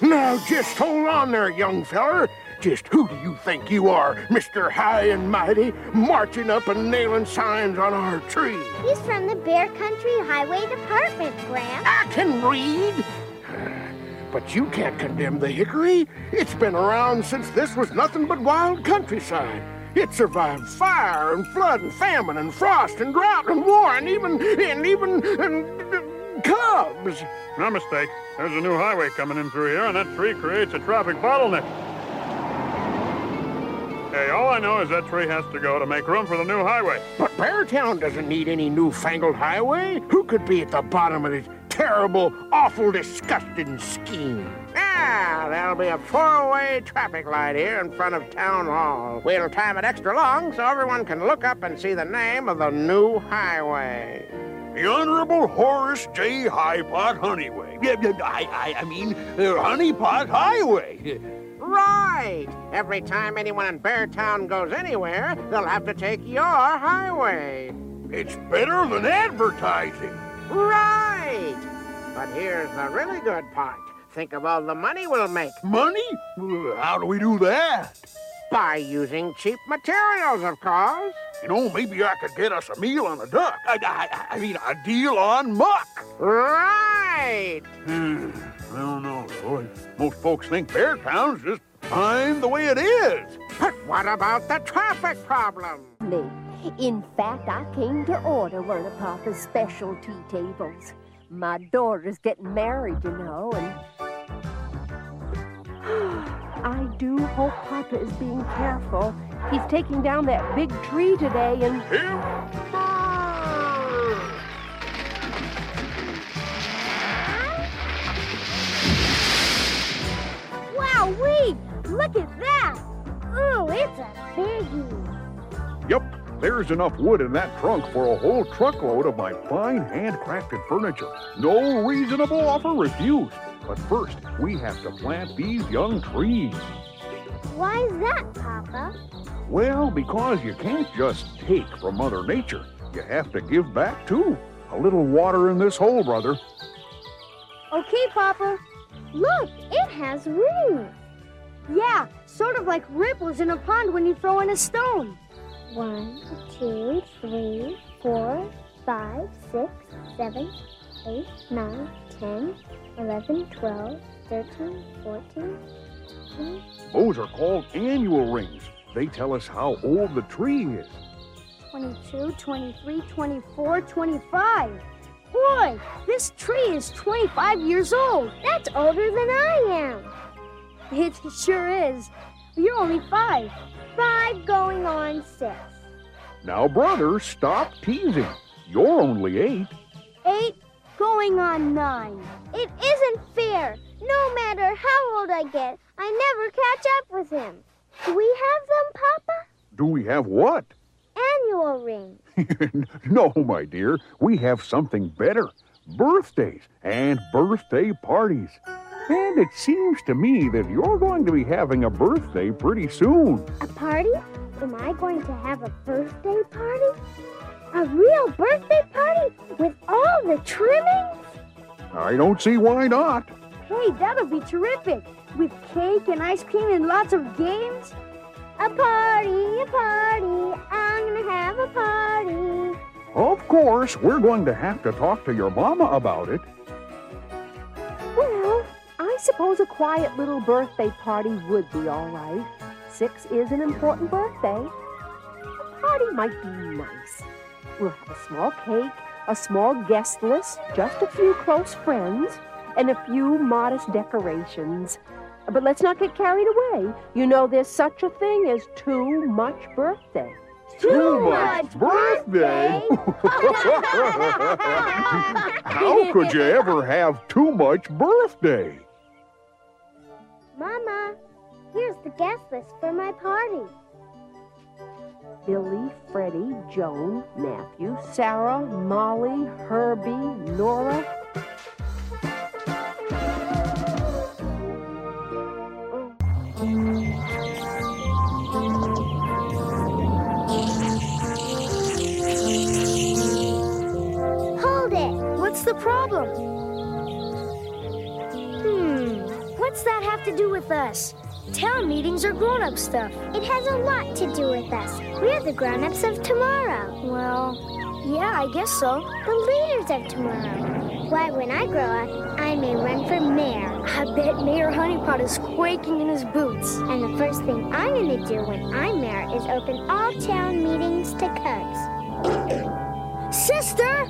Now just hold on there, young feller. Just who do you think you are, Mr. High and Mighty, marching up and nailing signs on our tree?
He's from the Bear Country Highway Department, Graham.
I can read. But you can't condemn the hickory. It's been around since this was nothing but wild countryside. It survived fire and flood and famine and frost and drought and war and even and even and uh, cubs.
Oh, No mistake. There's a new highway coming in through here, and that tree creates a traffic bottleneck. Hey, all I know is that tree has to go to make room for the new highway.
But Beartown doesn't need any newfangled highway. Who could be at the bottom of this terrible, awful, disgusting scheme? Ah, there'll be a four-way traffic light here in front of Town Hall. We'll time it extra long so everyone can look up and see the name of the new highway.
The Honorable Horace J. Honeypot Honeyway. Yeah, yeah, I, I, I mean, uh, Honeypot Highway.
Right! Every time anyone in Beartown goes anywhere, they'll have to take your highway.
It's better than advertising.
Right! But here's the really good part. Think of all the money we'll make.
Money? Uh, How do we do that?
By using cheap materials, of course.
You know, maybe I could get us a meal on a duck. I, I, I mean, a deal on muck.
Right!
Hmm, I don't know, boy. Most folks think Beartown's just fine the way it is.
But what about the traffic problem?
me. In fact, I came to order one of Papa's specialty tables. My daughter's getting married, you know, and.
I do hope Papa is being careful. He's taking down that big tree today and.
Wow, wee! Look at that! Ooh, it's a biggie.
Yep, there's enough wood in that trunk for a whole truckload of my fine handcrafted furniture. No reasonable offer refused. But first, we have to plant these young trees.
Why is that, Papa?
Well, because you can't just take from Mother Nature, you have to give back too. A little water in this hole, brother.
Okay, Papa. Look, it has roots. Yeah, sort of like ripples in a pond when you throw in a stone.
One, two, three, four, five, six, seven, eight, nine, ten, eleven, twelve, thirteen, fourteen, fifteen.
Those are called annual rings. They tell us how old the tree is.
22, 23, 24, 25. Boy, this tree is 25 years old. That's older than I am. It sure is. You're only five.
Five going on six.
Now, brother, stop teasing. You're only eight.
Eight going on nine.
It isn't fair. No matter how old I get, I never catch up with him. Do we have them, Papa?
Do we have what?
Annual ring.
no, my dear, we have something better birthdays and birthday parties. And it seems to me that you're going to be having a birthday pretty soon.
A party? Am I going to have a birthday party? A real birthday party with all the trimmings?
I don't see why not.
Hey, that'll be terrific. With cake and ice cream and lots of games.
A party, a party. I'm gonna have a party.
Of course, we're going to have to talk to your mama about it.
Well, I suppose a quiet little birthday party would be all right. Six is an important birthday. A party might be nice. We'll have a small cake, a small guest list, just a few close friends, and a few modest decorations. But let's not get carried away. You know, there's such a thing as too much birthday.
Too much birthday? How could you ever have too much birthday?
Mama, here's the guest list for my party.
Billy, Freddie, Joan, Matthew, Sarah, Molly, Herbie, Nora.
Hold it. What's the problem? Hmm. What's that have to do with us? Town meetings are grown up stuff. It has a lot to do with us. We're the grown ups of tomorrow. Well, yeah, I guess so. The leaders of tomorrow. Why, when I grow up, I may run for mayor. I bet Mayor Honeypot is quaking in his boots. And the first thing I'm gonna do when I'm mayor is open all town meetings to cubs. Sister!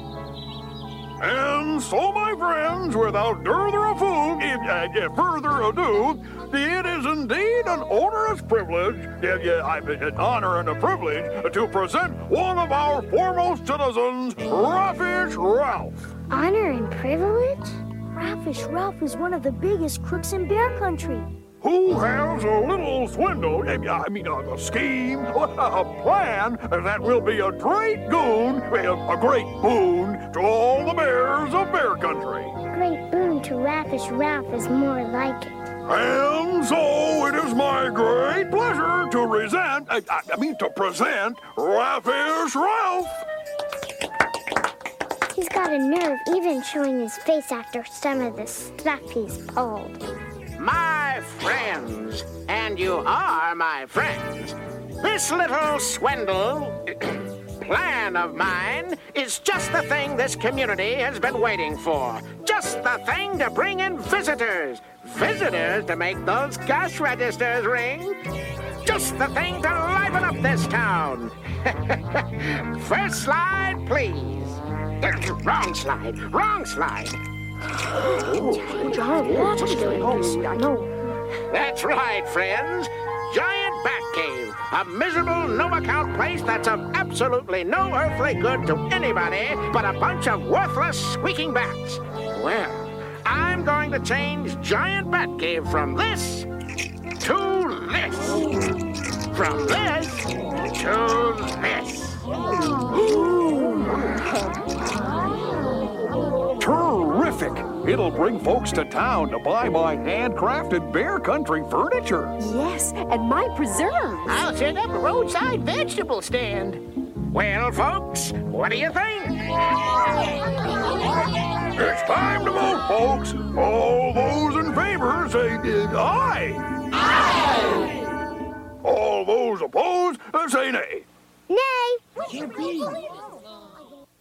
And so, my friends, without further ado, if, uh, uh, further ado, it is indeed an onerous privilege, yeah, yeah, I, an honor and a privilege, to present one of our foremost citizens, Raffish Ralph.
Honor and privilege? Ralphish Ralph is one of the biggest crooks in bear country.
Who has a little swindle, yeah, yeah, I mean, a, a scheme, a, a plan that will be a great goon, a, a great boon to all the bears of bear country.
Great boon to Raffish Ralph is more like it.
And so it is my great pleasure to present, I, I- I mean to present, Raffish Ralph.
He's got a nerve even showing his face after some of the stuff he's pulled.
My friends, and you are my friends. This little swindle plan of mine is just the thing this community has been waiting for. Just the thing to bring in visitors. Visitors to make those gosh registers ring. Just the thing to liven up this town. First slide, please. Wrong slide, wrong slide.
John, what are you doing? No.
That's right, friends. Giant Bat Cave, a miserable, no-account place that's of absolutely no earthly good to anybody but a bunch of worthless, squeaking bats. Well, I'm going to change Giant Bat Cave from this to this. From this to this.
Terrific! It'll bring folks to town to buy my handcrafted bear country furniture.
Yes, and my preserves.
I'll set up a roadside vegetable stand. Well, folks, what do you think?
It's time to vote, folks. All those in favor say uh, aye. All those opposed uh, say nay.
Nay.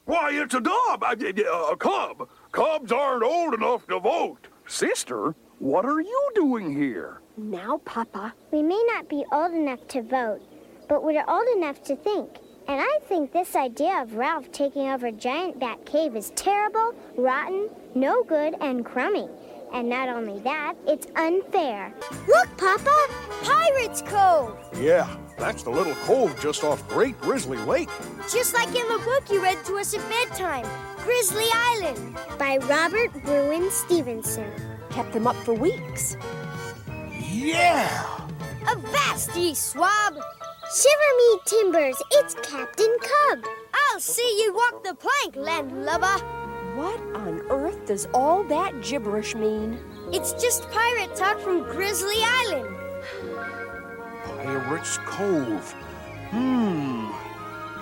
Why, it's a dub, uh, uh, a cub. Cubs aren't old enough to vote.
Sister, what are you doing here?
Now, Papa. We may not be old enough to vote, but we're old enough to think. And I think this idea of Ralph taking over Giant Bat Cave is terrible, rotten, no good, and crummy. And not only that, it's unfair. Look, Papa! Pirates Cove!
Yeah, that's the little cove just off Great Grizzly Lake.
Just like in the book you read to us at bedtime, Grizzly Island, by Robert Bruin Stevenson.
Kept them up for weeks.
Yeah! Avast ye swab! Shiver me timbers, it's Captain Cub. I'll see you walk the plank, landlubber.
What on earth does all that gibberish mean?
It's just pirate talk from Grizzly Island.
Pirate's Cove. Hmm.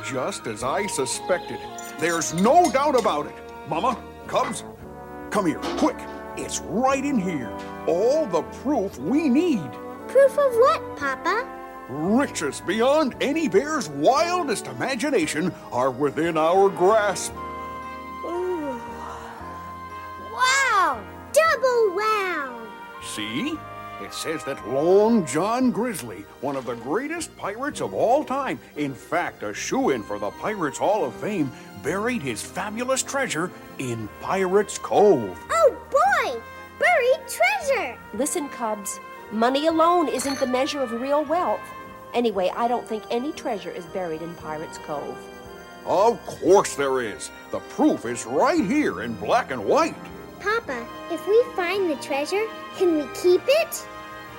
Just as I suspected. There's no doubt about it. Mama, Cubs, come here, quick. It's right in here. All the proof we need.
Proof of what, Papa?
Riches beyond any bear's wildest imagination are within our grasp.
Wow! Double wow!
See? It says that Long John Grizzly, one of the greatest pirates of all time, in fact, a shoe in for the Pirates Hall of Fame, buried his fabulous treasure in Pirate's Cove.
Oh boy! Buried treasure!
Listen, Cubs, money alone isn't the measure of real wealth. Anyway, I don't think any treasure is buried in Pirate's Cove.
Of course there is. The proof is right here in black and white.
Papa, if we find the treasure, can we keep it?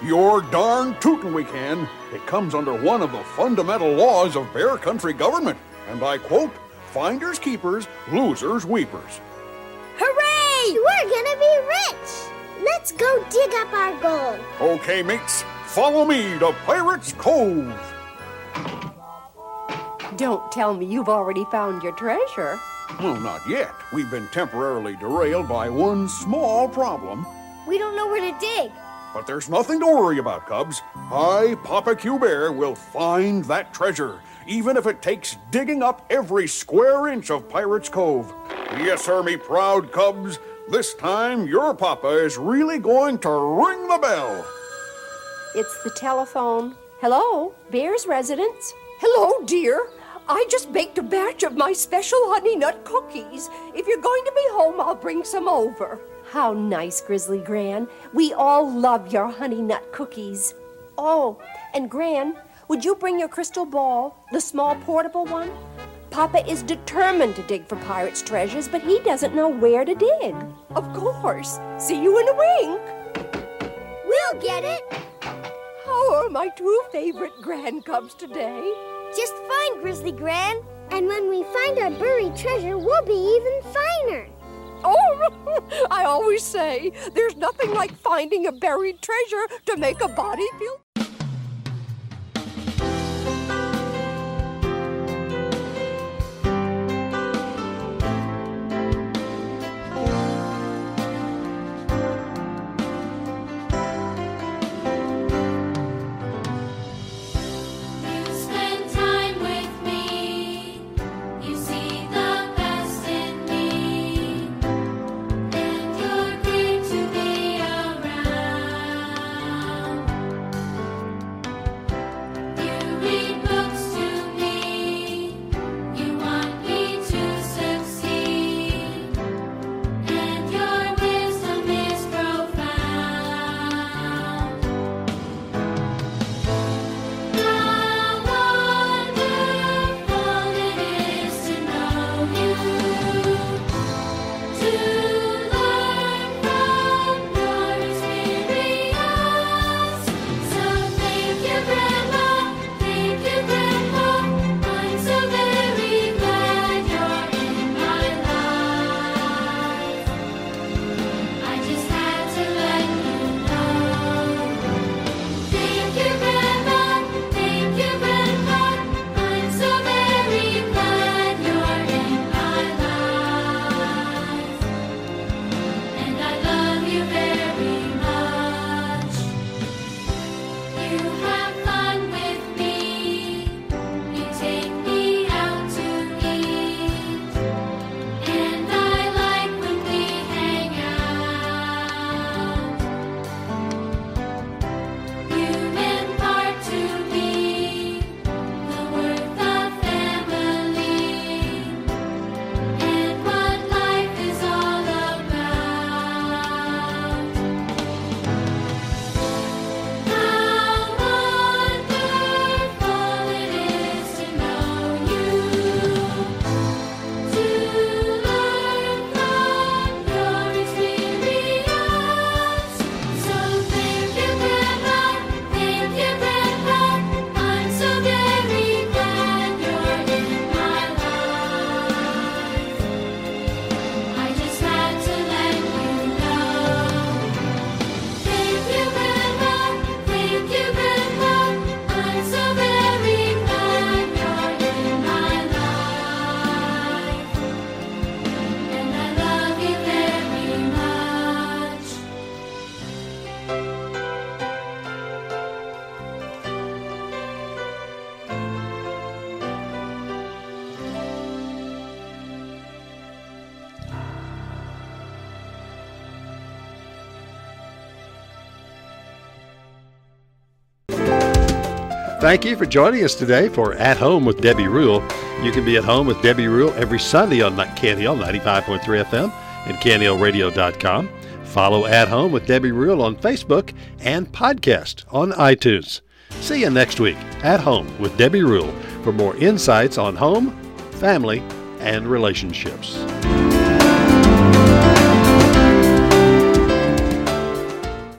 You're darn tootin' we can. It comes under one of the fundamental laws of Bear Country government. And I quote, finders keepers, losers weepers.
Hooray! We're gonna be rich! Let's go dig up our gold.
Okay, mates, follow me to Pirate's Cove.
Don't tell me you've already found your treasure.
Well, not yet. We've been temporarily derailed by one small problem.
We don't know where to dig.
But there's nothing to worry about, Cubs. I, Papa Q Bear, will find that treasure, even if it takes digging up every square inch of Pirate's Cove. Yes, sir, me proud Cubs. This time, your Papa is really going to ring the bell.
It's the telephone. Hello, Bear's residence. Hello, dear. I just baked a batch of my special honey nut cookies. If you're going to be home, I'll bring some over. How nice, Grizzly Gran. We all love your honey nut cookies. Oh, and Gran, would you bring your crystal ball, the small portable one? Papa is determined to dig for pirates' treasures, but he doesn't know where to dig. Of course. See you in a wink.
We'll get it.
How are my two favorite Grand Cubs today?
Just fine, Grizzly Gran. And when we find our buried treasure, we'll be even finer.
Oh, I always say there's nothing like finding a buried treasure to make a body feel.
You spend time with me. You see the best in me, and you're great to be around.
Thank you for joining us today for At Home with Debbie Rule. You can be at home with Debbie Rule every Sunday on Can Hill 95.3 FM and CanHillRadio.com. Follow At Home with Debbie Rule on Facebook and podcast on iTunes. See you next week at Home with Debbie Rule for more insights on home, family, and relationships.